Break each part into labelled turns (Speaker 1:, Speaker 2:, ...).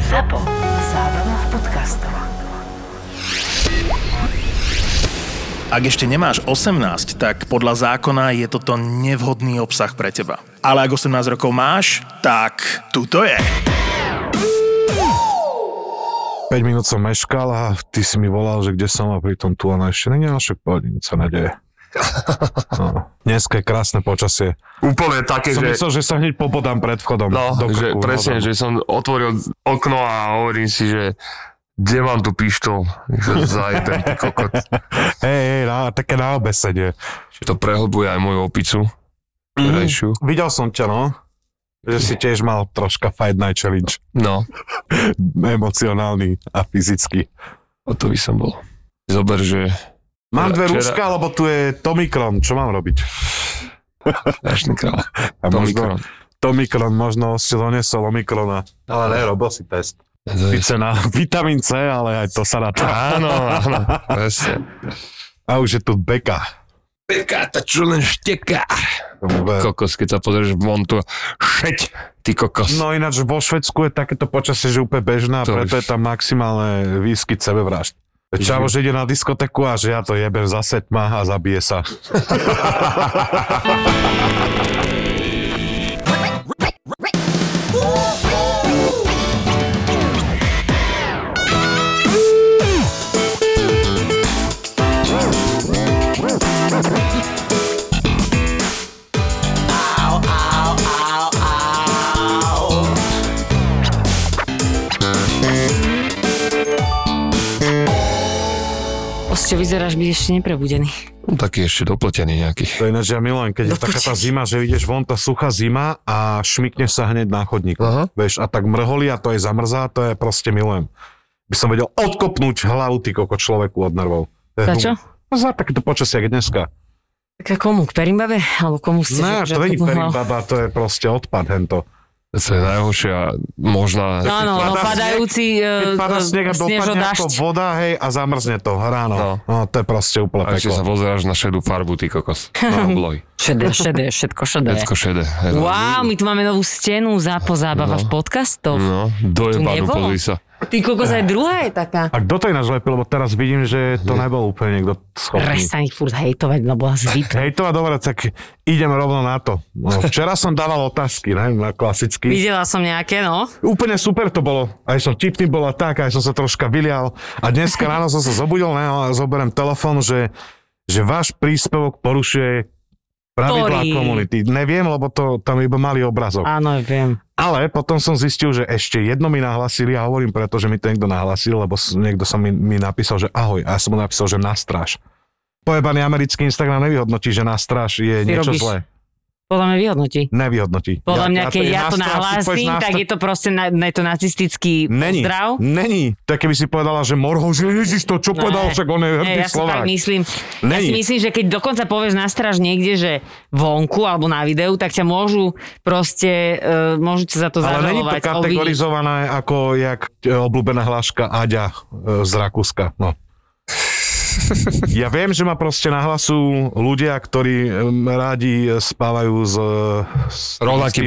Speaker 1: Zapo. Zábrná v podcastov.
Speaker 2: Ak ešte nemáš 18, tak podľa zákona je toto nevhodný obsah pre teba. Ale ak 18 rokov máš, tak tu to je.
Speaker 3: 5 minút som meškal a ty si mi volal, že kde som a pritom tu ona ešte není, ale však pohodne, nič sa nadeje. No. Dneska je krásne počasie.
Speaker 4: Úplne také,
Speaker 3: Som
Speaker 4: že...
Speaker 3: myslel, že sa hneď pobodám pred vchodom.
Speaker 4: No,
Speaker 3: do
Speaker 4: že
Speaker 3: krku,
Speaker 4: presne,
Speaker 3: hodám.
Speaker 4: že som otvoril okno a hovorím si, že kde mám tu pištol? Nech sa zajebem, ty kokot.
Speaker 3: Hej, hej, na, také na obesedie.
Speaker 4: To prehlbuje aj moju opicu. Terajšiu.
Speaker 3: Videl som ťa, no. Že si tiež mal troška Fight Night Challenge.
Speaker 4: No,
Speaker 3: Emocionálny a fyzický.
Speaker 4: o to by som bol. Zober, že
Speaker 3: Mám
Speaker 4: Včera-
Speaker 3: dve
Speaker 4: včera-
Speaker 3: rúška, lebo tu je Tomikron. Čo mám robiť?
Speaker 4: strašný král.
Speaker 3: A možno,
Speaker 4: Tomikron.
Speaker 3: Tomikron, možno si donesol Omikrona.
Speaker 4: No,
Speaker 3: Ale ne, robil si test.
Speaker 4: To je-
Speaker 3: Sice na vitamín C, ale aj to sa ráta.
Speaker 4: Áno, áno, presne.
Speaker 3: A už je tu beka.
Speaker 4: Peká, tá čo len šteká. Kokos, keď sa pozrieš von tu, šeť, ty kokos.
Speaker 3: No ináč vo Švedsku je takéto počasie, že úplne bežná,
Speaker 4: To
Speaker 3: preto
Speaker 4: už-
Speaker 3: je tam maximálne výskyt sebevražd. Čavo, že ide na diskoteku a že ja to jebem zase tma a zabije sa.
Speaker 5: Osťo, vyzeráš byť ešte neprebudený.
Speaker 4: Taký ešte dopletený nejaký.
Speaker 3: To ináč ja milujem, keď je
Speaker 5: No
Speaker 3: taká tá
Speaker 5: počkaj.
Speaker 3: zima, že ideš von, tá suchá zima a šmikne sa hneď na chodníku.
Speaker 4: Aha.
Speaker 3: Vieš, a tak mrholí a to je zamrzá, to je proste milujem. By som vedel odkopnúť hlavu ty koko človeku od nervov. To je
Speaker 5: Za
Speaker 3: hum-
Speaker 5: čo?
Speaker 3: No, za takéto počasie, ako dneska.
Speaker 5: Tak a komu? K Perimbabe? Alebo komu ste?
Speaker 3: Ne,
Speaker 5: že- No. že
Speaker 3: to není
Speaker 5: odkopu
Speaker 3: perin
Speaker 5: hlavu?
Speaker 3: baba, to je proste odpad hento.
Speaker 4: To je najhoršia možná...
Speaker 5: No, áno, no,
Speaker 3: padá
Speaker 5: padajúci
Speaker 3: Keď
Speaker 5: e,
Speaker 3: padá sneh a dopadne ako
Speaker 5: snežodašť.
Speaker 3: voda, hej, a zamrzne to ráno. No.
Speaker 4: No.
Speaker 3: no to je proste úplne
Speaker 4: A ešte sa
Speaker 3: peklo.
Speaker 4: pozeráš na šedú farbu, ty kokos. Na obloj.
Speaker 5: Šedé, šedé, všetko šedé.
Speaker 4: Všetko šedé.
Speaker 3: no,
Speaker 5: Wow, my tu máme novú stenu zápo zábava v podcastoch.
Speaker 4: No, dojebadu,
Speaker 5: nebolo?
Speaker 4: pozri sa.
Speaker 5: Ty kokos aj druhá je taká.
Speaker 3: A kto to ináč lepil, lebo teraz vidím, že to
Speaker 4: Hm.
Speaker 3: nebol úplne niekto schopný.
Speaker 5: Prestaň ich furt hejtovať, lebo bola zvyk.
Speaker 3: Hej, to a dobre, tak idem rovno na to. No, včera som dával otázky, ne, na klasicky.
Speaker 5: Videla som nejaké, no.
Speaker 3: Úplne super to bolo. Aj som tipný bol a tak, aj som sa troška vylial. A dneska ráno som sa zobudil, ne, a zoberiem telefón, že, že váš príspevok porušuje pravidlá
Speaker 5: Ktorý?
Speaker 3: komunity. Neviem, lebo to tam iba malý obrazok.
Speaker 5: Áno, viem.
Speaker 3: Ale potom som zistil, že ešte jedno mi nahlasili a hovorím, pretože mi to niekto nahlasil, lebo s- niekto som mi, mi napísal, že ahoj a ja som mu napísal, že na stráž. Pojebaný americký Instagram nevyhodnotí, že na stráž je
Speaker 5: Ty
Speaker 3: niečo
Speaker 5: robíš.
Speaker 3: zlé.
Speaker 5: Podľa mňa vyhodnotí.
Speaker 3: Nevyhodnotí.
Speaker 5: Podľa mňa, keď
Speaker 3: je na
Speaker 5: ja
Speaker 3: stráž, ty pôjdeš
Speaker 5: to nahlásim,
Speaker 3: na
Speaker 5: tak
Speaker 3: str-
Speaker 5: je to proste, na, je to nacistický
Speaker 3: Není,
Speaker 5: pozdrav.
Speaker 3: není. Tak keby si povedala, že morho, že ježiš to, čo povedal,
Speaker 5: Ne.
Speaker 3: však on je
Speaker 5: Ne,
Speaker 3: hrdý
Speaker 5: ja si
Speaker 3: Slovák.
Speaker 5: tak myslím, ja
Speaker 3: Není.
Speaker 5: si myslím, že keď dokonca povieš na stráž niekde, že vonku alebo na videu, tak ťa môžu proste, uh, môžu ťa za to
Speaker 3: Ale není to
Speaker 5: zažalovať. obviniť.
Speaker 3: kategorizované ako jak e, obľúbená hláška Aďa e, z Rakúska. No. Ja viem, že ma proste nahlasujú ľudia, ktorí em, rádi spávajú s, e, s
Speaker 4: Rovnakým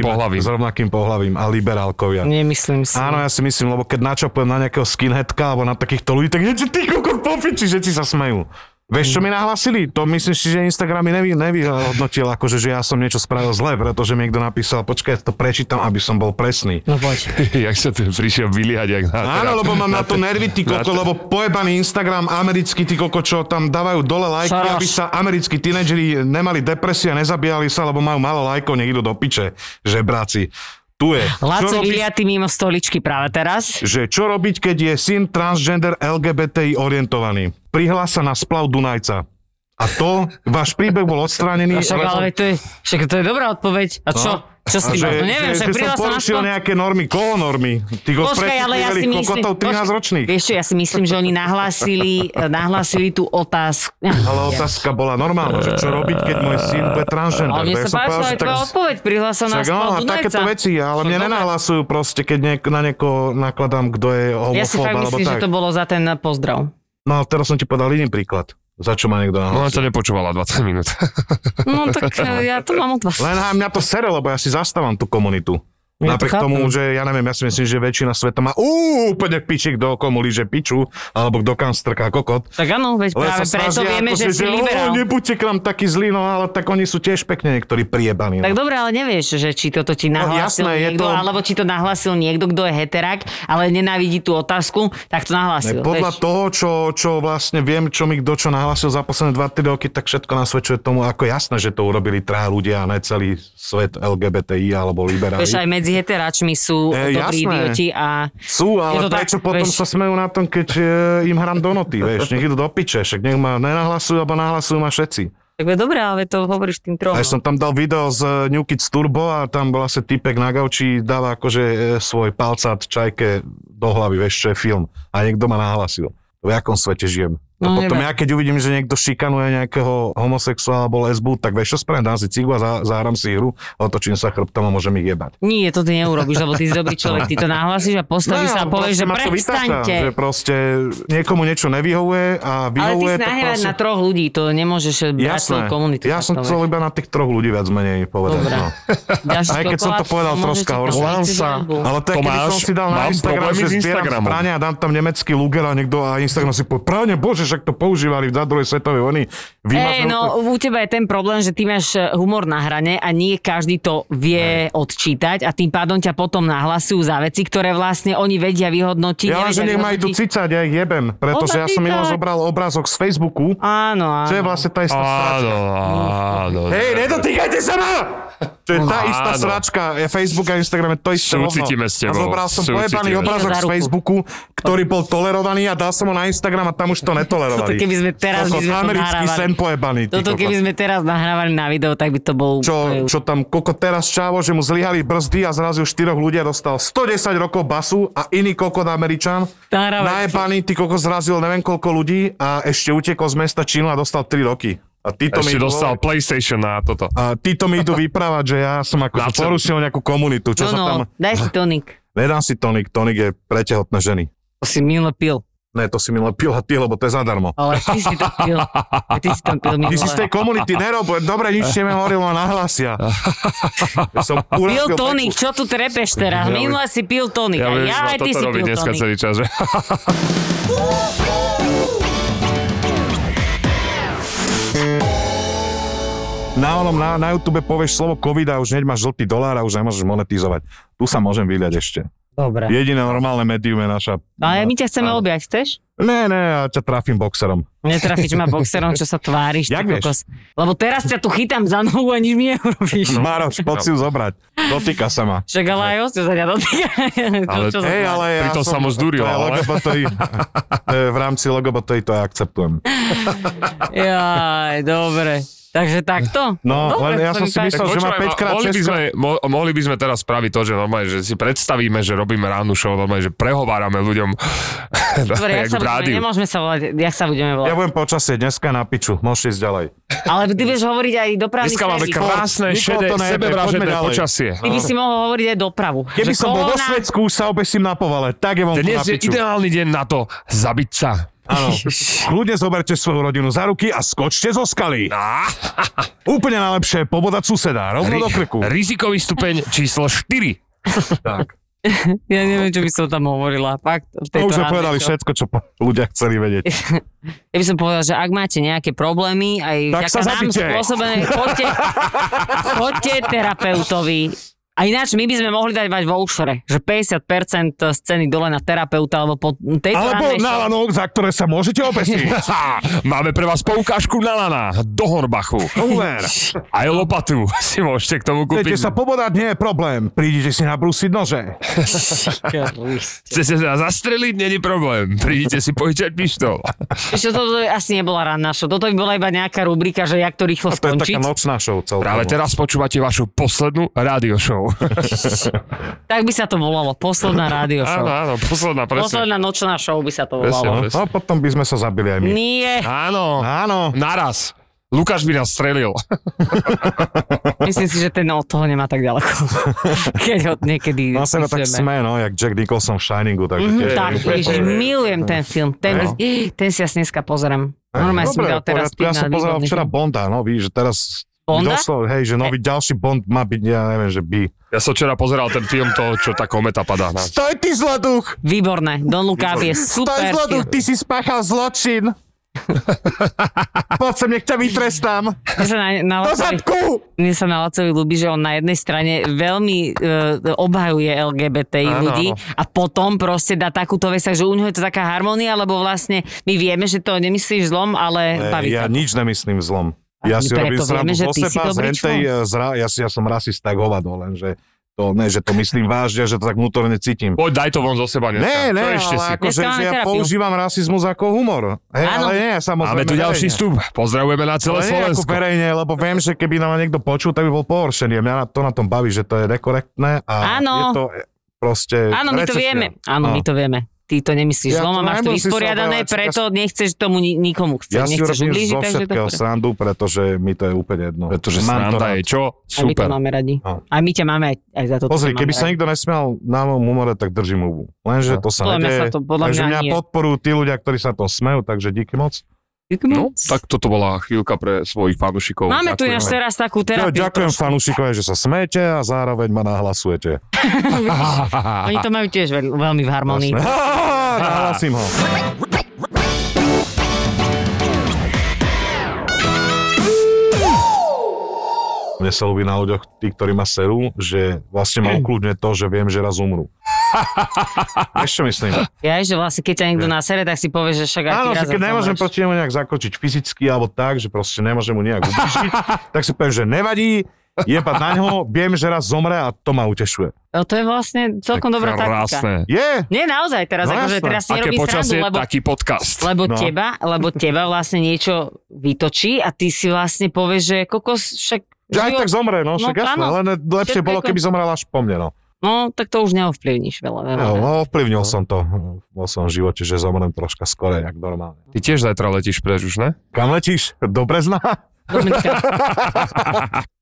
Speaker 3: s tým-
Speaker 4: pohlavím.
Speaker 3: S rovnakým pohlavím a liberálkovia.
Speaker 5: Nemyslím si.
Speaker 3: Áno, ja si myslím, lebo keď načapujem na nejakého skinheadka alebo na takýchto ľudí, tak niečo ty kokot pofiči, že ti sa smejú. Vieš, čo mi nahlasili? To myslím si, že Instagram mi nevy, nevyhodnotil, akože, že ja som niečo spravil zle, pretože mi niekto napísal, počkaj, to prečítam, aby som bol presný.
Speaker 5: No poď.
Speaker 4: jak sa tu prišiel vyliať, jak na...
Speaker 3: Áno, lebo mám na to nervy, ty
Speaker 4: na
Speaker 3: koko,
Speaker 4: to-
Speaker 3: lebo pojebaný Instagram americký, ty koko, čo tam dávajú dole lajky,
Speaker 5: Soros.
Speaker 3: aby sa americkí tínedžeri nemali depresia, nezabíjali sa, lebo majú málo lajkov, nech idú do piče, žebráci. Tu je. Čo
Speaker 5: Laco
Speaker 3: robí-
Speaker 5: vyliatý mimo stoličky práve teraz.
Speaker 3: že čo robiť, keď je syn transgender LGBTI orientovaný. Prihlás sa na splav Dunajca. A to, váš príbeh bol odstránený.
Speaker 5: A však, ale veď to je, však to je dobrá odpoveď. A čo? Čo s
Speaker 3: A
Speaker 5: tým?
Speaker 3: že,
Speaker 5: No, neviem,
Speaker 3: že,
Speaker 5: však
Speaker 3: že som
Speaker 5: prila sa na
Speaker 3: porušil
Speaker 5: spol-
Speaker 3: nejaké normy. Koho normy? Ty go
Speaker 5: Počkaj, ale ja si myslím...
Speaker 3: kokotov 13
Speaker 5: Počkaj,
Speaker 3: ročných.
Speaker 5: Vieš čo, ja si myslím, že oni nahlásili, eh, nahlásili tú otázku.
Speaker 3: Ale otázka bola normálna, že čo robiť, keď môj syn bude transgender.
Speaker 5: Ale mne
Speaker 3: Tak
Speaker 5: sa
Speaker 3: som povedal, že
Speaker 5: páčila aj tvoja odpoveď, prihlása na
Speaker 3: Však
Speaker 5: spol
Speaker 3: no, a
Speaker 5: Dunajca.
Speaker 3: takéto veci, ale mne
Speaker 5: dobre.
Speaker 3: nenahlasujú proste, keď niek- na niekoho nakladám, kto je homofób,
Speaker 5: Ja si fakt
Speaker 3: alebo
Speaker 5: myslím,
Speaker 3: tak.
Speaker 5: že to bolo za ten pozdrav.
Speaker 3: No ale teraz som ti podal iný príklad, za čo ma niekto nahlasil.
Speaker 4: Ona ťa nepočúvala 20 minút.
Speaker 5: No tak e, ja to mám od vás.
Speaker 3: Len há, mňa to sere, lebo ja si zastávam tú komunitu.
Speaker 5: Ja to
Speaker 3: Napriek
Speaker 5: chápem.
Speaker 3: tomu, že ja neviem, ja si myslím, že väčšina sveta má ú, úplne pičik do komu líže piču, alebo kto kam strká kokot.
Speaker 5: Tak áno, veď
Speaker 3: Len
Speaker 5: práve
Speaker 3: sa
Speaker 5: preto
Speaker 3: snažia
Speaker 5: vieme,
Speaker 3: akože,
Speaker 5: že si
Speaker 3: "Ó,
Speaker 5: liberál.
Speaker 3: nebuďte k nám taký zlý, no ale tak oni sú tiež pekne niektorí priebaní.
Speaker 5: Tak
Speaker 3: no.
Speaker 5: dobre, ale nevieš, že či toto ti nahlasil
Speaker 3: jasné, je
Speaker 5: niekto,
Speaker 3: to-
Speaker 5: alebo či to nahlasil niekto, kto je heterák, ale nenávidí tú otázku, tak to nahlasil.
Speaker 3: Ne, podľa
Speaker 5: vieš.
Speaker 3: toho, čo, čo vlastne viem, čo mi kto čo nahlasil za posledné 2-3 roky, tak všetko nasvedčuje tomu, ako jasné, že to urobili traja ľudia a ne celý svet LGBTI alebo liberáli.
Speaker 5: Vieš, aj medzi heteráčmi sú
Speaker 3: E,
Speaker 5: dobrí
Speaker 3: jasné.
Speaker 5: idioti a...
Speaker 3: Sú, ale
Speaker 5: Je to tak,
Speaker 3: prečo potom
Speaker 5: vieš.
Speaker 3: sa smejú na tom, keď e, im hrám do noty, vieš, nech idú do piče, však nech ma nenahlasujú, alebo nahlasujú ma všetci.
Speaker 5: Tak veď dobre, ale to hovoríš tým trom.
Speaker 3: A ja
Speaker 5: no.
Speaker 3: som tam dal video z e, New Kids Turbo a tam bol asi typek na gauči, dáva akože e, svoj palcát čajke do hlavy, vieš, čo je film. A niekto ma nahlasil. V akom svete žijem? A
Speaker 5: No,
Speaker 3: potom
Speaker 5: neviem.
Speaker 3: ja keď uvidím, že niekto šikanuje nejakého homosexuála alebo lesbu, tak vieš čo spravím, dám si cigu a zá- zahrám si hru, otočím sa chrbtom a môžem ich jebať.
Speaker 5: Nie, to ty neurobíš, lebo ty si dobrý človek, ty to nahlasíš a postavíš No, sa a povieš, že
Speaker 3: No, ma to
Speaker 5: prestaňte.
Speaker 3: vytáča, že proste niekomu niečo nevyhovuje a
Speaker 5: Ale ty
Speaker 3: vyhovuje
Speaker 5: si
Speaker 3: to
Speaker 5: nahrávať
Speaker 3: proste...
Speaker 5: na troch ľudí, to nemôžeš brať
Speaker 3: Jasné,
Speaker 5: celú komunitu.
Speaker 3: ja som
Speaker 5: takto,
Speaker 3: chcel
Speaker 5: vieš.
Speaker 3: iba na tých troch ľudí viac menej povedať.
Speaker 5: Dobre.
Speaker 3: No.
Speaker 5: Dáš
Speaker 3: Aj keď som to
Speaker 5: skokovať,
Speaker 3: povedal
Speaker 5: môžete
Speaker 3: troška
Speaker 5: tam
Speaker 3: horšie.
Speaker 5: dať
Speaker 2: Volám sa.
Speaker 5: žalbu.
Speaker 3: Ale to je, keď
Speaker 2: Tomáš,
Speaker 3: som si dal na
Speaker 2: mám
Speaker 3: Instagram,
Speaker 2: problémy
Speaker 3: že
Speaker 2: s
Speaker 3: zbieram
Speaker 2: Instagramom.
Speaker 3: zbrania a dám tam nemecký luger a niekto a Instagram si povie, práve bože, však to používali za druhej svetovej vojny.
Speaker 5: Ej,
Speaker 3: Vymažú to.
Speaker 5: no u teba je ten problém, že ty máš eh, humor na hrane a nie každý to vie odčítať a tým pádom ťa potom nahlasujú za veci, ktoré vlastne oni vedia vyhodnotiť.
Speaker 3: Ja len,
Speaker 5: nevedia
Speaker 3: že nech ma idú
Speaker 5: vyhodnotiť.
Speaker 3: cicať, ja ich jebem, pretože ja som
Speaker 5: cicať.
Speaker 3: minulý zobral obrázok z Facebooku,
Speaker 5: Áno, áno.
Speaker 3: čo je vlastne tá istá sračka.
Speaker 4: Áno, áno.
Speaker 3: Hej, nedotýkajte sa ma! To je tá
Speaker 4: Áno.
Speaker 3: istá sračka. Je Facebook a Instagram je to isté rovno.
Speaker 4: Súcitíme s tebou.
Speaker 3: A zobral som pojebaný
Speaker 4: Súcitíme.
Speaker 3: obrázok
Speaker 5: Za
Speaker 3: z
Speaker 5: ruku.
Speaker 3: Facebooku, ktorý bol tolerovaný a dal som ho na Instagram a tam už to
Speaker 5: Toto
Speaker 3: netolerovali.
Speaker 5: keby sme teraz by
Speaker 3: Kokos,
Speaker 5: sme to
Speaker 3: americký
Speaker 5: nahrávali.
Speaker 3: sen pojebaný. ty
Speaker 5: Toto keby
Speaker 3: kokos.
Speaker 5: sme teraz nahrávali na video, tak by to bol...
Speaker 3: Čo,
Speaker 5: úplne-
Speaker 3: čo tam koko teraz čávo, že mu zlyhali brzdy a zrazu štyroch ľudia dostal 110 rokov basu a iný kokot Američan.
Speaker 5: Nahrávaj.
Speaker 3: Najebaný, ty koko zrazil neviem koľko ľudí a ešte utekol z mesta Čínu a dostal 3 roky. A títo mi
Speaker 4: Ešte dostal PlayStation na toto.
Speaker 3: a títo mi idú vyprávať, že ja som ako
Speaker 4: Na čo?
Speaker 3: porušil nejakú komunitu, čo
Speaker 5: No,
Speaker 3: sa
Speaker 5: no,
Speaker 3: tam...
Speaker 5: daj si tonik.
Speaker 3: Nedám si tonik, tonik je pre tehotné ženy.
Speaker 5: To si milo pil.
Speaker 3: Ne, to si mi len pila ty, lebo to je zadarmo.
Speaker 5: Ale ty si to pil. A ty si to pil minule.
Speaker 3: Ty si z tej komunity nerob, dobre, nič ste mi hovorilo, nahlasia. Ja som
Speaker 5: Pil
Speaker 3: urazil
Speaker 5: tonik,
Speaker 3: takú-
Speaker 5: čo tu trepeš teraz?
Speaker 4: Ja
Speaker 5: Minule si pil tonik.
Speaker 4: Ja
Speaker 5: a
Speaker 4: viem,
Speaker 5: ja
Speaker 4: že ma
Speaker 5: aj ty
Speaker 4: toto
Speaker 5: si
Speaker 4: robí
Speaker 5: pil
Speaker 4: dneska
Speaker 5: tonik.
Speaker 4: celý čas. že?
Speaker 3: Na, onom, na, na YouTube povieš slovo COVID a už hneď máš žltý dolár a už nemôžeš monetizovať. Tu sa môžem vyliať ešte.
Speaker 5: Dobre.
Speaker 3: Jediné normálne médium je naša...
Speaker 5: Ale my ťa chceme
Speaker 3: Áno.
Speaker 5: objať, chceš?
Speaker 3: Ne, ne, ja ťa trafím boxerom.
Speaker 5: Netrafič ma boxerom, čo sa tváriš, ty
Speaker 3: Jak vieš?
Speaker 5: kokos. Lebo teraz ťa tu chytám za nohu a nič mi neurobíš.
Speaker 3: Maroš, poď si ju zobrať. Dotýka sa ma.
Speaker 5: Však ale aj osťa sa ťa dotýka.
Speaker 4: Ale-
Speaker 5: Čo sa
Speaker 3: Hej,
Speaker 5: tváriš?
Speaker 3: ale ja
Speaker 4: Pritom sa mu zdúril,
Speaker 3: to je
Speaker 4: ale-
Speaker 3: LGBTI. To je v rámci LGBTI to ja akceptujem.
Speaker 5: Jaj, dobre. Takže takto?
Speaker 3: No,
Speaker 5: Dobre,
Speaker 3: len ja som
Speaker 5: to mi
Speaker 3: si
Speaker 5: páči.
Speaker 3: myslel, že má
Speaker 4: Počúvaj,
Speaker 3: 5 krát
Speaker 4: mohli, by
Speaker 3: 6
Speaker 4: sme, mo, mohli by sme teraz spraviť to, že normálne, že si predstavíme, že robíme ránu show, normálne, že prehovárame ľuďom
Speaker 5: Dobre,
Speaker 4: jak
Speaker 5: jak sa
Speaker 4: v
Speaker 5: budeme,
Speaker 4: rádiu.
Speaker 5: nemôžeme sa volať, jak sa budeme
Speaker 3: Ja
Speaker 5: volať.
Speaker 3: budem počasie dneska na piču, môžete ísť ďalej.
Speaker 5: Ale ty budeš hovoriť aj dopravný
Speaker 4: Dneska máme
Speaker 5: servis.
Speaker 4: krásne,
Speaker 3: Nikoho
Speaker 4: šedé,
Speaker 3: to nejebe,
Speaker 4: sebevražedné
Speaker 3: poďme ďalej.
Speaker 4: počasie.
Speaker 5: Ty by si mohol hovoriť aj dopravu.
Speaker 3: Keby
Speaker 5: Že
Speaker 3: som bol vo
Speaker 5: kolóna-
Speaker 3: Švedsku, už sa obesím na povale. Tak je vonku na
Speaker 4: Dnes je
Speaker 3: piču.
Speaker 4: ideálny deň na to zabiť sa.
Speaker 3: Áno. Kľudne zoberte svoju rodinu za ruky a skočte zo skaly.
Speaker 4: Á,
Speaker 3: Úplne najlepšie je pobodať suseda, rovno do krku.
Speaker 4: rizikový stupeň číslo 4.
Speaker 3: Tak.
Speaker 5: Ja neviem, čo by som tam hovorila. Fakt, v
Speaker 3: To
Speaker 5: tejto
Speaker 3: už sme
Speaker 5: ránej
Speaker 3: povedali
Speaker 5: show.
Speaker 3: všetko, čo po- ľudia chceli vedieť.
Speaker 5: Ja by som povedal, že ak máte nejaké problémy, aj
Speaker 3: Tak
Speaker 5: vďaka
Speaker 3: sa
Speaker 5: nám
Speaker 3: zabite.
Speaker 5: spôsobené, poďte, poďte terapeutovi. A ináč my by sme mohli dať mať vouchere, že 50% z ceny dole na terapeuta, alebo po tejto
Speaker 3: Alebo
Speaker 5: rannej show-
Speaker 3: na lanok, za ktoré sa môžete obesiť.
Speaker 4: Ha, Máme pre vás poukážku na lana, do Horbachu.
Speaker 3: Uver.
Speaker 4: Aj lopatu si môžete k tomu
Speaker 3: Chcete
Speaker 4: kúpiť.
Speaker 3: sa pobodať, nie je problém. Prídite si nabrúsiť nože.
Speaker 4: Chcete sa zastreliť, není problém. Prídite si požičať pištol.
Speaker 5: Ešte toto by asi nebola ranná show. Toto by bola iba nejaká rubrika, že jak to rýchlo
Speaker 3: To je taká
Speaker 5: skončiť.
Speaker 3: nočná show celkovo.
Speaker 4: Práve teraz počúvate vašu poslednú rádio show.
Speaker 5: Tak by sa to volalo. Posledná rádio
Speaker 4: Áno,
Speaker 5: show.
Speaker 4: áno, posledná, presne.
Speaker 5: Posledná nočná show by sa to
Speaker 4: Presne,
Speaker 5: volalo.
Speaker 3: No,
Speaker 4: presne.
Speaker 3: no potom by sme sa zabili aj my.
Speaker 5: Nie,
Speaker 4: Áno,
Speaker 3: Áno.
Speaker 4: naraz. Lukáš by nás strelil.
Speaker 5: myslím si, že ten od toho nemá tak ďaleko. Keď ho niekedy
Speaker 3: No sa na tak
Speaker 5: píšeme.
Speaker 3: sme, no, jak Jack Nicholson v Shiningu. Tak, mm-hmm,
Speaker 5: Mhm. Tak, ježiš, milujem ten film.
Speaker 3: No.
Speaker 5: Ten, ten si ja dnes pozriem. Normálne som dal teraz
Speaker 3: ja som
Speaker 5: pík na
Speaker 3: pozeral
Speaker 5: výborný
Speaker 3: včera
Speaker 5: film.
Speaker 3: Bonda, no víš, že teraz
Speaker 5: Bonda? E-
Speaker 3: Doslov, hej, že nový ďalší Bond má byť, ja neviem, že by.
Speaker 4: Ja som včera pozeral ten film toho, čo tá kometa padá. Na...
Speaker 3: Stoj ty zloduch!
Speaker 5: Výborné. Don Lukáv je
Speaker 3: Stoj
Speaker 5: super.
Speaker 3: zloduch,
Speaker 5: film.
Speaker 3: ty si spáchal zločin! Poď sem, nech ťa vytrestám!
Speaker 5: Mne sa na, na
Speaker 3: Do
Speaker 5: Lacovi,
Speaker 3: zadku!
Speaker 5: mne sa na Lacovi ľúbi, že on na jednej strane veľmi uh, obhajuje LGBTI
Speaker 3: Áno,
Speaker 5: ľudí
Speaker 3: áno.
Speaker 5: a potom proste dá takúto vec, takže u neho je to taká harmónia, lebo vlastne my vieme, že to nemyslíš zlom, ale
Speaker 3: Ne,
Speaker 5: baví
Speaker 3: ja
Speaker 5: ťa.
Speaker 3: nič nemyslím zlom. Ja
Speaker 5: my
Speaker 3: si
Speaker 5: preto
Speaker 3: robím
Speaker 5: vieme,
Speaker 3: srandu
Speaker 5: že
Speaker 3: zo
Speaker 5: ty si
Speaker 3: seba, z
Speaker 5: dobrý
Speaker 3: hentej,
Speaker 5: človek.
Speaker 3: e, z ra- ja, si- ja som rasista, hovado, lenže to ne, že to myslím vážne, že to tak vnútorne cítim.
Speaker 4: Poď, daj to von zo seba dneska.
Speaker 3: Ne,
Speaker 4: Čo
Speaker 3: ne,
Speaker 4: ešte si?
Speaker 3: ale ako,
Speaker 5: Dneska
Speaker 3: že, že
Speaker 5: máme
Speaker 3: ja
Speaker 5: terapiu.
Speaker 3: používam rasizmus ako humor. Hej,
Speaker 5: Áno.
Speaker 3: ale nie, samozrejme.
Speaker 4: Máme tu ďalší
Speaker 3: verejne.
Speaker 4: vstup. Pozdravujeme na celé
Speaker 3: Ale nie ako
Speaker 4: Slovensko.
Speaker 3: verejne, lebo viem, že keby nám niekto počul, tak by bol pohoršený. A Mňa na- to na tom baví, že to je nekorektné a
Speaker 5: Áno.
Speaker 3: je to e, proste
Speaker 5: Áno, my to
Speaker 3: recestia.
Speaker 5: vieme. Áno,
Speaker 3: No.
Speaker 5: my to vieme. Ty to nemyslíš
Speaker 3: Ja
Speaker 5: zlom a
Speaker 3: to
Speaker 5: máš to
Speaker 3: najmä si sa
Speaker 5: vysporiadané,
Speaker 3: obávať,
Speaker 5: preto nechceš tomu ni- nikomu chcieť.
Speaker 3: Ja si
Speaker 5: nechceš
Speaker 3: robím
Speaker 5: ublížiť,
Speaker 3: zo
Speaker 5: takže to
Speaker 3: všetkého
Speaker 5: v poriadku.
Speaker 3: srandu, pretože mi to je úplne jedno.
Speaker 4: Pretože
Speaker 3: Mám to rád.
Speaker 4: sranda je čo?
Speaker 5: A my to
Speaker 4: Super.
Speaker 5: máme radi.
Speaker 3: No.
Speaker 5: A my ťa máme aj, aj za to.
Speaker 3: Pozri, keby sa
Speaker 5: radi.
Speaker 3: nikto nesmial na mojom humore, tak držím hubu.
Speaker 4: No.
Speaker 3: Lenže to sa
Speaker 5: Podľa mňa
Speaker 3: nedieje.
Speaker 5: sa to- podľa
Speaker 3: takže
Speaker 5: mňa
Speaker 3: mňa
Speaker 5: nie.
Speaker 3: podporujú tí ľudia, ktorí sa to smejú, takže díky moc.
Speaker 4: No, tak toto bola chvíľka pre svojich fanúšikov.
Speaker 5: Máme tu
Speaker 4: Ďakujeme.
Speaker 5: ináč teraz takú
Speaker 3: Jo,
Speaker 5: terapiu.
Speaker 3: ďakujem
Speaker 5: trošku.
Speaker 3: fanúšikové, že sa smete a zároveň ma nahlasujete.
Speaker 5: Oni to majú tiež veľ, veľmi v harmonii.
Speaker 3: Jasné. Nahlasím ho. Mne sa ľúbi na ľuďoch, tí, ktorí ma serú, že vlastne
Speaker 5: Hm.
Speaker 3: ma ukludne to, že viem, že raz umrú. Vieš, čo myslím?
Speaker 5: Ja že vlastne keď ťa niekto nasere, tak si povieš, že však aj ty
Speaker 3: Áno,
Speaker 5: raz
Speaker 3: že keď
Speaker 5: zomreš.
Speaker 3: nemôžem proti nemu nejak zakročiť fyzicky alebo tak, že proste nemôžem mu nejak ublížiť, tak si poviem, že nevadí, jebať na ňo, viem, že raz zomre a to ma utešuje.
Speaker 5: No to je vlastne celkom
Speaker 4: Tak
Speaker 5: dobrá taktika.
Speaker 4: Krásne.
Speaker 3: Je!
Speaker 5: Nie, naozaj teraz,
Speaker 3: vlastne- No
Speaker 5: akože
Speaker 3: jasné.
Speaker 5: teraz si
Speaker 4: Aké
Speaker 5: nerobím
Speaker 4: počasie,
Speaker 5: srandu, lebo,
Speaker 4: taký podcast.
Speaker 5: lebo,
Speaker 3: No.
Speaker 5: teba, lebo teba vlastne niečo vytočí a ty si vlastne povieš, že kokos však
Speaker 3: Že aj tak zomre, no, však
Speaker 5: No,
Speaker 3: jasné,
Speaker 5: áno.
Speaker 3: len lepšie
Speaker 5: Všetko
Speaker 3: bolo,
Speaker 5: ako-
Speaker 3: keby zomrel až po mne, no.
Speaker 5: No, tak to už neovplyvníš veľa. veľa.
Speaker 3: No,
Speaker 5: veľa.
Speaker 3: no ovplyvnil som to vo svojom živote, že zomrem troška skore, jak normálne.
Speaker 4: Ty tiež zajtra letíš preč už, ne?
Speaker 3: Kam letíš? Do Brezna?
Speaker 5: Dominika-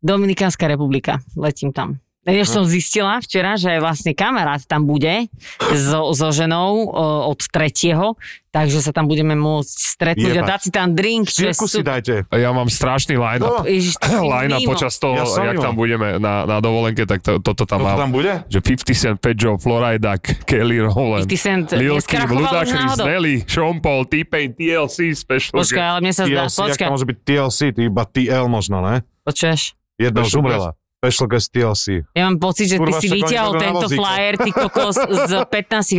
Speaker 5: Dominikánska republika, letím tam. Ja som zistila včera, že vlastne kamarát tam bude so, so ženou o, od tretieho, takže sa tam budeme môcť stretnúť a
Speaker 3: Jebať.
Speaker 5: dať si tam drink, čo je
Speaker 3: Čierku si
Speaker 5: super.
Speaker 3: dajte.
Speaker 4: A Ja mám strašný
Speaker 3: No.
Speaker 4: line-up.
Speaker 5: Ježiš, ty si
Speaker 4: line-up
Speaker 5: mimo.
Speaker 4: počas toho,
Speaker 3: Ja som
Speaker 4: jak
Speaker 3: mimo.
Speaker 4: tam budeme na, na dovolenke, tak to, toto tam
Speaker 3: To
Speaker 4: mám.
Speaker 3: tam bude?
Speaker 4: Že 50 Cent, Pedro, Florida, Kelly Rowland,
Speaker 5: 50 Cent neskrachoval už
Speaker 4: Ludacris,
Speaker 5: náhodou.
Speaker 4: Nelly, Sean Paul, T-Pain, TLC, Special
Speaker 5: Počkaj, ale mne sa zdá,
Speaker 3: TLC, jak
Speaker 5: počkaj,
Speaker 3: to môže byť TLC, ty iba TL možno, ne?
Speaker 5: počuješ?
Speaker 3: Jedna už
Speaker 4: Special
Speaker 3: umrela. Special guest TLC.
Speaker 5: Ja mám pocit, že ty
Speaker 3: Kurva, však
Speaker 5: si
Speaker 3: oni
Speaker 5: vyťahol
Speaker 3: pôjdu na
Speaker 5: tento
Speaker 3: vozíku.
Speaker 5: flyer, ty kokos, z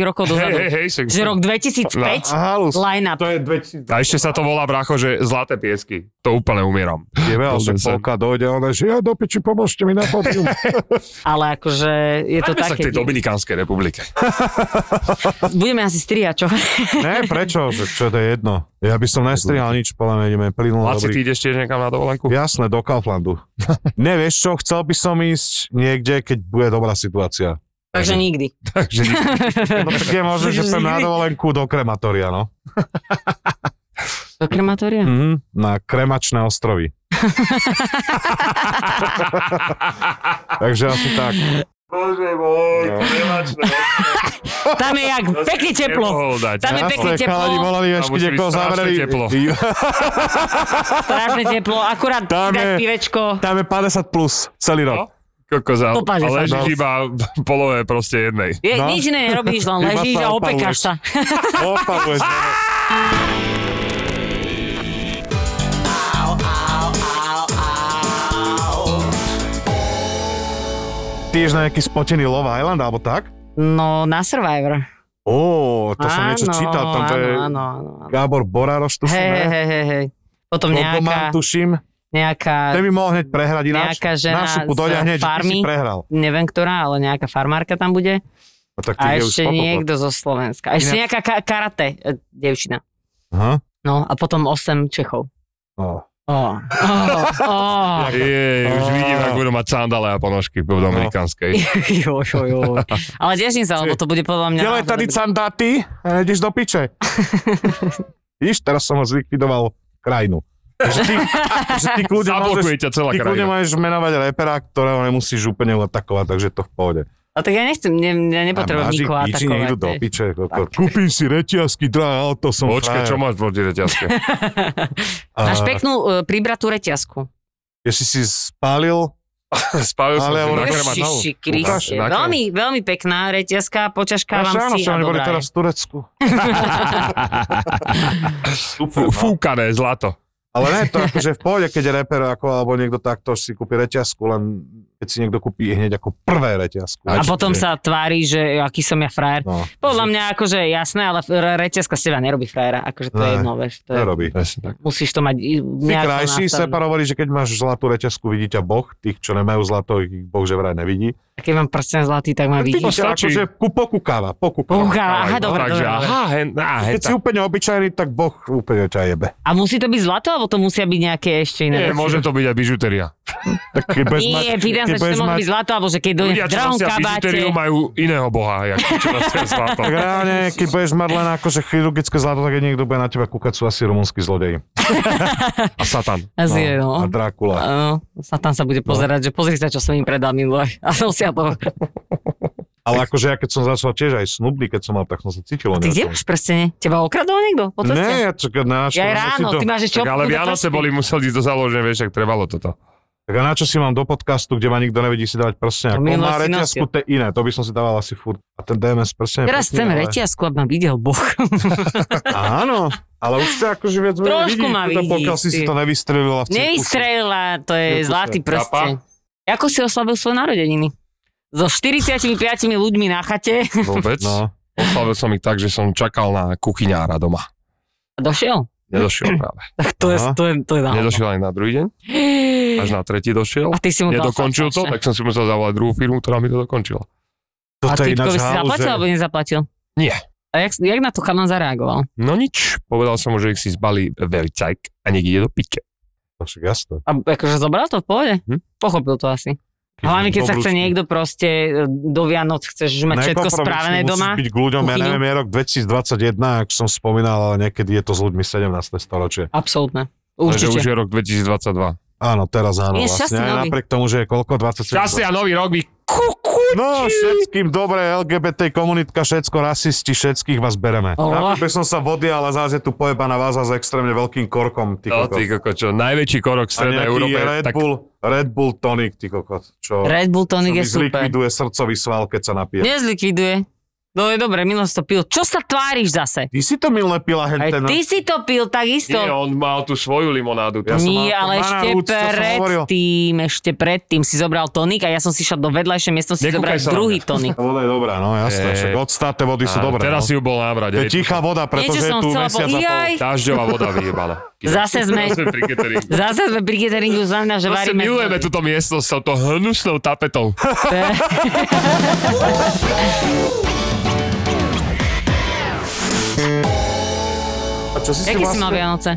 Speaker 5: 15 rokov
Speaker 4: Hej,
Speaker 5: dozadu.
Speaker 4: hej, hej, však-
Speaker 5: Že rok 2005,
Speaker 3: A halus,
Speaker 5: line-up.
Speaker 3: No. to je 2000.
Speaker 4: A ešte sa to volá, bracho, že Zlaté piesky. To úplne umieram.
Speaker 3: Je veľa, že
Speaker 4: Vôbec sa-
Speaker 3: polka dojde, ona, že ja do piči, pomôžte mi na pódium.
Speaker 5: Ale akože je to
Speaker 4: Poďme sa
Speaker 5: také...
Speaker 4: k tej Dominikánskej republike.
Speaker 5: Budeme asi striať, čo?
Speaker 3: ne, prečo? Že čo to je jedno? Ja by som nestrihal nič, podľa mňa ideme plynulo
Speaker 4: Laci,
Speaker 3: No,
Speaker 4: ty
Speaker 3: dobrý.
Speaker 4: ideš tiež niekam na dovolenku?
Speaker 3: Jasné, do Kauflandu. Nevieš čo, chcel by som ísť niekde, keď bude dobrá situácia.
Speaker 5: Takže nikdy.
Speaker 4: Takže nikdy.
Speaker 3: No tak je možné, že som na dovolenku do krematória, no.
Speaker 5: Do krematória?
Speaker 3: Mhm, na kremačné ostrovy. Takže asi tak.
Speaker 4: Bože môj,
Speaker 3: No.
Speaker 4: kremačné.
Speaker 5: Tam je jak pekne teplo.
Speaker 4: Nemohol dať.
Speaker 5: Tam je pekne
Speaker 3: Jasné,
Speaker 5: teplo,
Speaker 3: chalani volali, až
Speaker 4: Tam
Speaker 3: keď
Speaker 4: musí byť
Speaker 3: niekoho
Speaker 4: strašne
Speaker 3: zavreli.
Speaker 4: teplo.
Speaker 5: strašne teplo, akurát
Speaker 3: Tam
Speaker 5: dať
Speaker 3: je-
Speaker 5: pivečko.
Speaker 3: Tam je 50 plus celý rok.
Speaker 4: Kokos, ale,
Speaker 5: Kopáže
Speaker 4: ale
Speaker 5: sa.
Speaker 4: ležíš iba v polové proste jednej.
Speaker 5: Je,
Speaker 3: No.
Speaker 5: Nič iné nerobíš, len
Speaker 3: Iba
Speaker 5: ležíš
Speaker 3: sa
Speaker 5: a opekáš sa.
Speaker 4: No,
Speaker 3: Opaluješ. Ty ješ na nejaký spotený Love Island, alebo tak?
Speaker 5: No, na Survivor.
Speaker 3: Ó, to som niečo
Speaker 5: Áno,
Speaker 3: čítal, tam to
Speaker 5: áno,
Speaker 3: je
Speaker 5: áno, áno, áno.
Speaker 3: Gábor Borároš, tuším,
Speaker 5: Hej,
Speaker 3: ne?
Speaker 5: hej, hej, hej. Potom
Speaker 3: Kokoman,
Speaker 5: nejaká,
Speaker 3: tuším.
Speaker 5: nejaká,
Speaker 3: Ten by mohol hneď prehrať ináč.
Speaker 5: nejaká žena
Speaker 3: Na šupu
Speaker 5: z
Speaker 3: dojde hneď, že ty si
Speaker 5: farmy.
Speaker 3: prehral.
Speaker 5: neviem ktorá, ale nejaká farmárka tam bude.
Speaker 3: No, tak ty
Speaker 5: A
Speaker 3: je už
Speaker 5: ešte
Speaker 3: popopot.
Speaker 5: niekto zo Slovenska. A ešte
Speaker 3: Inak-
Speaker 5: nejaká ka- karate eh, devčina.
Speaker 3: Aha.
Speaker 5: No, a potom 8 Čechov.
Speaker 3: No.
Speaker 5: Oh, oh, oh.
Speaker 4: Je, už
Speaker 3: Á.
Speaker 4: vidím, ak budú mať sandále a ponožky po
Speaker 3: No.
Speaker 4: dominikánskej.
Speaker 5: jo, jo, jo. Ale teším sa, lebo to bude podľa mňa...
Speaker 3: Delaj
Speaker 5: naozaj
Speaker 3: tady
Speaker 5: dobrý.
Speaker 3: candáty a ideš do piče. Víš, teraz som ho zlikvidoval krajinu. Takže ty, že ty kľudne
Speaker 4: Zablokuje
Speaker 3: môžeš,
Speaker 4: ťa celá
Speaker 3: ty kľudne
Speaker 4: krajina.
Speaker 3: môžeš menovať repera, ktorého nemusíš úplne atakovať, takže to v pohode.
Speaker 5: A tak ja nechcem, ne, ja nepotrebujem
Speaker 3: máš ich
Speaker 5: nikoho
Speaker 3: piči, nech idú do
Speaker 5: atakovať. vieš.
Speaker 3: piče. koko. Kúpim si reťazky, drahé auto som
Speaker 4: Počkaj,
Speaker 3: frajer.
Speaker 4: čo máš proti reťazke?
Speaker 3: A-
Speaker 5: Máš peknú e, pribratú reťazku.
Speaker 3: Jestli si spálil,
Speaker 4: Spálil som
Speaker 3: Ale
Speaker 4: si
Speaker 3: hovorím,
Speaker 4: na krma.
Speaker 5: Ježiši Kriste.
Speaker 4: Ukáž.
Speaker 5: Veľmi, veľmi pekná reťazka, poťažkávam
Speaker 3: Ešte áno,
Speaker 5: si
Speaker 3: čo
Speaker 5: a
Speaker 3: oni boli
Speaker 5: dobrá
Speaker 3: teraz
Speaker 5: teraz...
Speaker 3: v Turecku. no.
Speaker 4: Fú- Fúkané zlato.
Speaker 3: Ale ne, to akože v pohode, keď reper ako, alebo niekto takto si kúpi reťazku, len keď si niekto kúpi hneď ako prvé reťazku.
Speaker 5: A potom sa tvári, že aký som ja frajer.
Speaker 3: No,
Speaker 5: Podľa mňa akože jasné, ale r- reťazka z teba nerobí frajera. Akože to je
Speaker 3: Ne,
Speaker 5: jedno, vieš. To je,
Speaker 3: nerobí.
Speaker 4: Presne tak.
Speaker 5: musíš to mať i-
Speaker 3: Tí
Speaker 5: nejako
Speaker 3: krajší
Speaker 5: nastavené.
Speaker 3: Separ hovorí, že keď máš zlatú reťazku, vidí ťa Boh. Tých, čo nemajú zlato, ich Boh že vraj nevidí.
Speaker 5: A Keď mám prsten zlatý, tak ma
Speaker 3: Ty
Speaker 5: vidíš.
Speaker 3: ťa
Speaker 4: stačí.
Speaker 3: akože ku- pokúkáva, pokúkáva.
Speaker 5: Pokúkáva, aha, dobre,
Speaker 4: Takže
Speaker 5: dobre, dobre.
Speaker 4: aha, hen, aha, hen,
Speaker 3: Keď si úplne obyčajný, tak Boh úplne ťa jebe.
Speaker 5: A musí to byť zlato, alebo to musia byť nejaké ešte iné?
Speaker 4: Nie,
Speaker 5: veci?
Speaker 4: môže to byť aj bižuteria.
Speaker 3: Tak keď budeš mať-
Speaker 5: Nie, pýtam sa,
Speaker 3: keď
Speaker 5: či
Speaker 3: budeš
Speaker 5: to mohlo
Speaker 3: mať-
Speaker 5: byť zlato, alebo že keď dojdem
Speaker 4: Ľudia,
Speaker 5: v
Speaker 4: čo
Speaker 5: drahom
Speaker 4: nosia
Speaker 5: kabáte.
Speaker 4: bižuteriu, majú iného boha, jak tí, čo nosia zlato.
Speaker 3: Tak reálne, keď budeš mať len akože chirurgické zlato, tak keď niekto bude na teba kúkať, sú asi rumunskí zlodeji.
Speaker 4: A Satan.
Speaker 5: Asi je, no.
Speaker 3: A Drákula.
Speaker 5: Áno, sa tam sa
Speaker 4: No.
Speaker 5: bude pozerať, že pozri sa, čo som im predal minule. A som si to...
Speaker 3: Ale akože ja keď som začal tiež aj snubný, keď som mal, tak som sa cítil.
Speaker 5: Ty kde máš prstene? Teba okradol niekto? Po
Speaker 3: Ne,
Speaker 5: ceste?
Speaker 3: ja čakaj, na čo, na čo
Speaker 5: Ja aj
Speaker 3: si
Speaker 5: ráno,
Speaker 3: to...
Speaker 5: ty máš ešte
Speaker 4: Tak ale
Speaker 5: obchodnú
Speaker 4: Vianoce
Speaker 5: tašku.
Speaker 4: boli, museli ísť do založenia, vieš, ak trebalo toto.
Speaker 3: Tak a na čo si mám do podcastu, kde ma nikto nevidí si dávať prstenia?
Speaker 5: To
Speaker 3: Ako
Speaker 5: minulo
Speaker 3: má
Speaker 5: si
Speaker 3: reťazku,
Speaker 5: nosil.
Speaker 3: to je iné, to by som si dával asi furt. A ten DMS prstenie...
Speaker 5: Teraz
Speaker 3: pekný,
Speaker 5: chcem
Speaker 3: ale-
Speaker 5: reťazku, aby ma videl Boh.
Speaker 3: Áno, ale už sa akože viac menej
Speaker 5: Trošku
Speaker 3: vidí,
Speaker 5: ma
Speaker 3: teda
Speaker 5: vidí,
Speaker 3: pokiaľ si si
Speaker 5: ty.
Speaker 3: to nevystrelila v cirkuse.
Speaker 5: Nevystrelila, to je
Speaker 3: Cirkuse.
Speaker 5: zlatý prsten. Ako si oslavil svoje narodeniny? So 45 ľuďmi na chate
Speaker 4: Vôbec.
Speaker 3: No,
Speaker 4: Oslavil som ich tak, že som čakal na kuchyňára doma.
Speaker 5: a došiel.
Speaker 4: Nedošiel práve.
Speaker 5: Tak to je,
Speaker 3: Aha.
Speaker 5: to je, to je náhoda.
Speaker 4: Nedošiel aj na druhý deň, až na tretí došiel.
Speaker 5: A ty si mu dal
Speaker 4: Nedokončil to,
Speaker 5: fakt,
Speaker 4: tak som si musel zavolať druhú firmu, ktorá mi to dokončila.
Speaker 5: A
Speaker 3: toto je ináč
Speaker 5: typkovi si
Speaker 3: hál,
Speaker 5: zaplatil
Speaker 3: že...
Speaker 5: alebo nezaplatil?
Speaker 4: Nie.
Speaker 5: A jak, jak na to chalan zareagoval?
Speaker 4: No nič, povedal som mu, že ich si zbali veľcajk a niekde do piče.
Speaker 3: No, Však jasné.
Speaker 5: A akože zobral to v pohode?
Speaker 4: Hm?
Speaker 5: Pochopil to asi. Hlavne, keď sa chce
Speaker 3: Dobrúsky.
Speaker 5: niekto proste e, do Vianoc, chceš že mať všetko
Speaker 3: Najkompromisný
Speaker 5: spravené
Speaker 3: musíš
Speaker 5: doma.
Speaker 3: byť k ľuďom, ja
Speaker 5: Kuchyňu.
Speaker 3: neviem, je rok 2021, ako som spomínal, ale niekedy je to s ľuďmi 17. storočie.
Speaker 5: Absolútne.
Speaker 4: Takže už
Speaker 5: Určite.
Speaker 4: je rok 2022.
Speaker 3: Áno, teraz áno.
Speaker 5: Je
Speaker 3: vlastne,
Speaker 5: šťastný
Speaker 3: aj
Speaker 5: nový.
Speaker 3: napriek tomu, že je koľko? 27.
Speaker 4: Šťastia, nový rok, vy kuku!
Speaker 3: No, všetkým dobre, LGBT komunitka, všetko, rasisti, všetkých vás bereme.
Speaker 5: Oh.
Speaker 3: Oh. by som sa vody, ale zás je tu pojebaná váza s extrémne veľkým korkom, ty
Speaker 4: No,
Speaker 3: kokot.
Speaker 4: ty koko, čo, najväčší korok v
Speaker 3: A
Speaker 4: Strednej
Speaker 3: nejaký
Speaker 4: Európe.
Speaker 3: Red,
Speaker 4: Tak,
Speaker 3: Bull, Red Bull tonic, ty kokot, čo,
Speaker 5: Red Bull
Speaker 3: čo
Speaker 5: tonic
Speaker 3: No. mi
Speaker 5: je super.
Speaker 3: zlikviduje srdcový sval, keď sa napije.
Speaker 5: Nezlikviduje. No je dobre, minul si to pil. Čo sa tváriš zase?
Speaker 3: Ty si to milné pila
Speaker 5: Aj
Speaker 3: henten.
Speaker 5: ty si to
Speaker 4: nie,
Speaker 5: pil takisto.
Speaker 4: on mal tú svoju limonádu.
Speaker 3: Ja
Speaker 4: Ja
Speaker 3: som mal
Speaker 5: Nie,
Speaker 3: to
Speaker 5: ale ešte
Speaker 3: banán, uc, to som hovoril.
Speaker 5: predtým, ešte predtým si zobral tonik a ja som si šiel do vedľajšej miestnosti
Speaker 4: Nekúkaj
Speaker 5: zobrať
Speaker 4: sa na
Speaker 5: druhý
Speaker 4: mňa.
Speaker 5: tonik.
Speaker 3: Voda je dobrá, no jasné,
Speaker 4: Eh,
Speaker 3: však odstáte vody sú dobré.
Speaker 4: teraz
Speaker 3: no.
Speaker 4: si ju
Speaker 3: To
Speaker 4: bol
Speaker 3: je
Speaker 4: nábrať.
Speaker 3: tichá voda, pretože
Speaker 5: Niečo
Speaker 3: je
Speaker 5: som
Speaker 3: tu
Speaker 5: chcela
Speaker 3: mesiac a
Speaker 5: povedať.
Speaker 3: pol.
Speaker 5: Jaj.
Speaker 4: Dažďová voda vyjebala.
Speaker 5: Zase sme,
Speaker 4: Zase pri cateringu.
Speaker 5: zase sme pri cateringu, znamená, že
Speaker 4: Proste
Speaker 5: varíme.
Speaker 4: milujeme túto miestnosť s touto hnusnou tapetou.
Speaker 3: A čo si si
Speaker 5: Jaký si mal
Speaker 3: vlastne...
Speaker 5: Vianoce?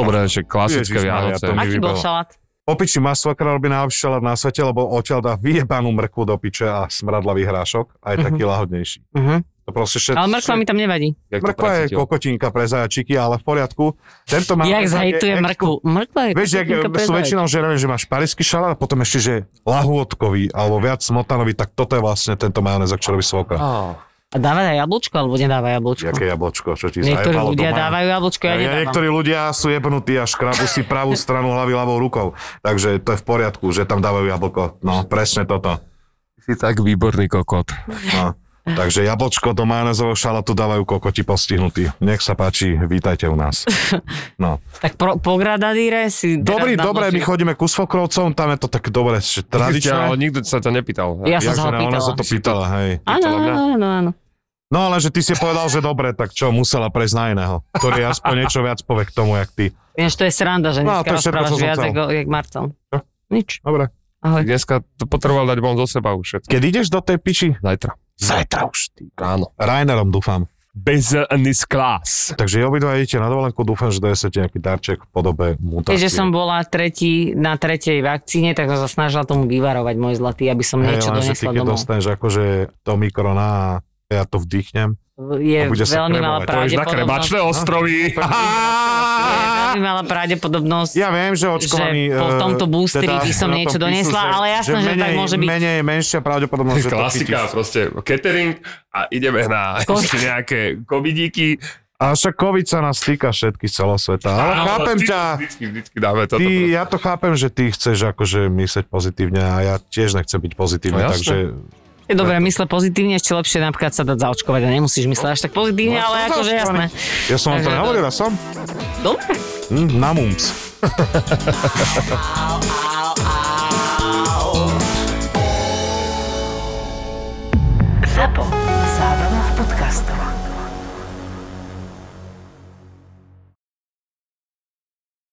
Speaker 4: Dobre, že klasické
Speaker 3: Ježišmaria,
Speaker 4: Vianoce.
Speaker 3: to mi
Speaker 5: Aký bol
Speaker 3: vybolo.
Speaker 5: šalát?
Speaker 3: Popiči ma svokra robí najlepší šalát na svete, lebo odtiaľ dá vyjebanú mrku do piče a smradlavý hrášok, aj taký lahodnejší.
Speaker 5: Mhm.
Speaker 3: To proste všetko.
Speaker 5: Ale mrkva mi tam nevadí.
Speaker 4: Jak to
Speaker 3: Mrkva je
Speaker 4: precítil?
Speaker 3: kokotinka pre zajačiky, ale v poriadku. Tento má...
Speaker 5: Jak zhejtuje
Speaker 3: je-
Speaker 5: mrkvu. Mrkva je
Speaker 3: Vieš, jak
Speaker 5: kokotinka
Speaker 3: sú
Speaker 5: predaj.
Speaker 3: väčšinou žerali, že máš parísky šalát a potom ešte, že lahôdkový alebo viac smotanový, tak toto je vlastne tento majonez, ak čo robí svokra.
Speaker 4: Á,
Speaker 5: A dáva aj jablčko, alebo nedáva jablčko?
Speaker 3: Jaké jablčko, čo ti
Speaker 5: Niektorí
Speaker 3: zajebalo
Speaker 5: ľudia
Speaker 3: doma?
Speaker 5: dávajú jablčko, ja
Speaker 3: Ja,
Speaker 5: nedávam.
Speaker 3: niektorí ľudia sú jebnutí a škrabu si pravú stranu hlavy ľavou rukou. Takže to je v poriadku, že tam dávajú jablko. No, presne toto.
Speaker 4: Si tak výborný kokot.
Speaker 3: No. Takže jablčko do majonezového šalatu dávajú kokoti postihnutí. Nech sa páči, vítajte u nás. No.
Speaker 5: Tak pro, po Gradadíre si... teraz
Speaker 3: Dobrý,
Speaker 5: dám
Speaker 3: dobre, my
Speaker 5: do čier-
Speaker 3: chodíme ku svokrovcom, tam je to tak dobre, že
Speaker 4: Ale
Speaker 3: tradičné.
Speaker 4: nikto sa ťa nepýtal.
Speaker 5: Ja
Speaker 3: Jakže
Speaker 5: som sa ho
Speaker 3: ne, ona sa
Speaker 5: pýtala.
Speaker 3: to pýtala, hej.
Speaker 5: Áno,
Speaker 4: pýtala mňa.
Speaker 5: áno, áno, áno.
Speaker 3: No ale že ty si povedal, že dobre, tak čo, musela prejsť na iného, ktorý aspoň niečo viac povie k tomu, jak ty.
Speaker 5: Ináč to je sranda, že
Speaker 3: No,
Speaker 5: dneska
Speaker 3: to je všetko,
Speaker 5: rozprávaš
Speaker 3: čo som
Speaker 5: viac
Speaker 3: chcel.
Speaker 5: ako jak Marcel.
Speaker 3: Čo?
Speaker 5: Nič.
Speaker 3: Dobre.
Speaker 5: Ahoj.
Speaker 4: Dneska to potreboval dať von zo seba už všetko.
Speaker 3: Keď ideš do tej piči?
Speaker 4: Zajtra.
Speaker 3: Zajtra už, ty.
Speaker 4: Ráno.
Speaker 3: Rainerom dúfam.
Speaker 4: Business class.
Speaker 3: Takže obidva idete na dovolenku, dúfam, že dojesete nejaký darček v podobe mutácie.
Speaker 5: Keďže som bola tretí, na tretej vakcíne, tak som sa snažila tomu vyvarovať, môj zlatý, aby som
Speaker 3: Hej,
Speaker 5: niečo
Speaker 3: lenže ty,
Speaker 5: donesla
Speaker 3: keď
Speaker 5: domov.
Speaker 3: dostaneš akože to mikrona a ja to vdýchnem.
Speaker 5: Je
Speaker 3: a bude sa
Speaker 5: veľmi malá
Speaker 3: kremovať.
Speaker 4: Pôjdeš na
Speaker 5: pravdepodobnosť.
Speaker 4: krebačné ostrovy.
Speaker 3: No,
Speaker 5: Je veľmi malá pravdepodobnosť.
Speaker 3: Ja viem, že
Speaker 5: Že
Speaker 3: očkovaný...
Speaker 5: po
Speaker 3: eh,
Speaker 5: tomto boosteri by som
Speaker 3: na tom
Speaker 5: niečo doniesla, ale jasné, že tak
Speaker 3: menej,
Speaker 5: môže byť.
Speaker 3: Menej, menšia pravdepodobnosť, že to
Speaker 4: Klasika,
Speaker 3: chytíš.
Speaker 4: proste catering a ideme na
Speaker 5: Ko-
Speaker 4: ešte nejaké kobidíky
Speaker 3: A však COVID sa nás týka všetkých celosveta. Ale
Speaker 4: Áno,
Speaker 3: chápem
Speaker 4: vždy-
Speaker 3: ťa.
Speaker 4: Vždycky, vždycky dáme toto. teda.
Speaker 3: Ty,
Speaker 4: proste.
Speaker 3: ja to chápem, že ty chceš akože myslieť pozitívne a ja tiež nechcem byť pozitívny,
Speaker 4: No jasné.
Speaker 3: takže...
Speaker 5: Je dobré, mysle pozitívne, ešte lepšie je napríklad sa dať zaočkovať a nemusíš mysleť až tak pozitívne,
Speaker 3: No,
Speaker 5: ale akože jasné.
Speaker 3: Ja som Hm, vám to
Speaker 5: Takže-
Speaker 3: nehovoril, ja som
Speaker 5: Dobre.
Speaker 3: mm, na mums.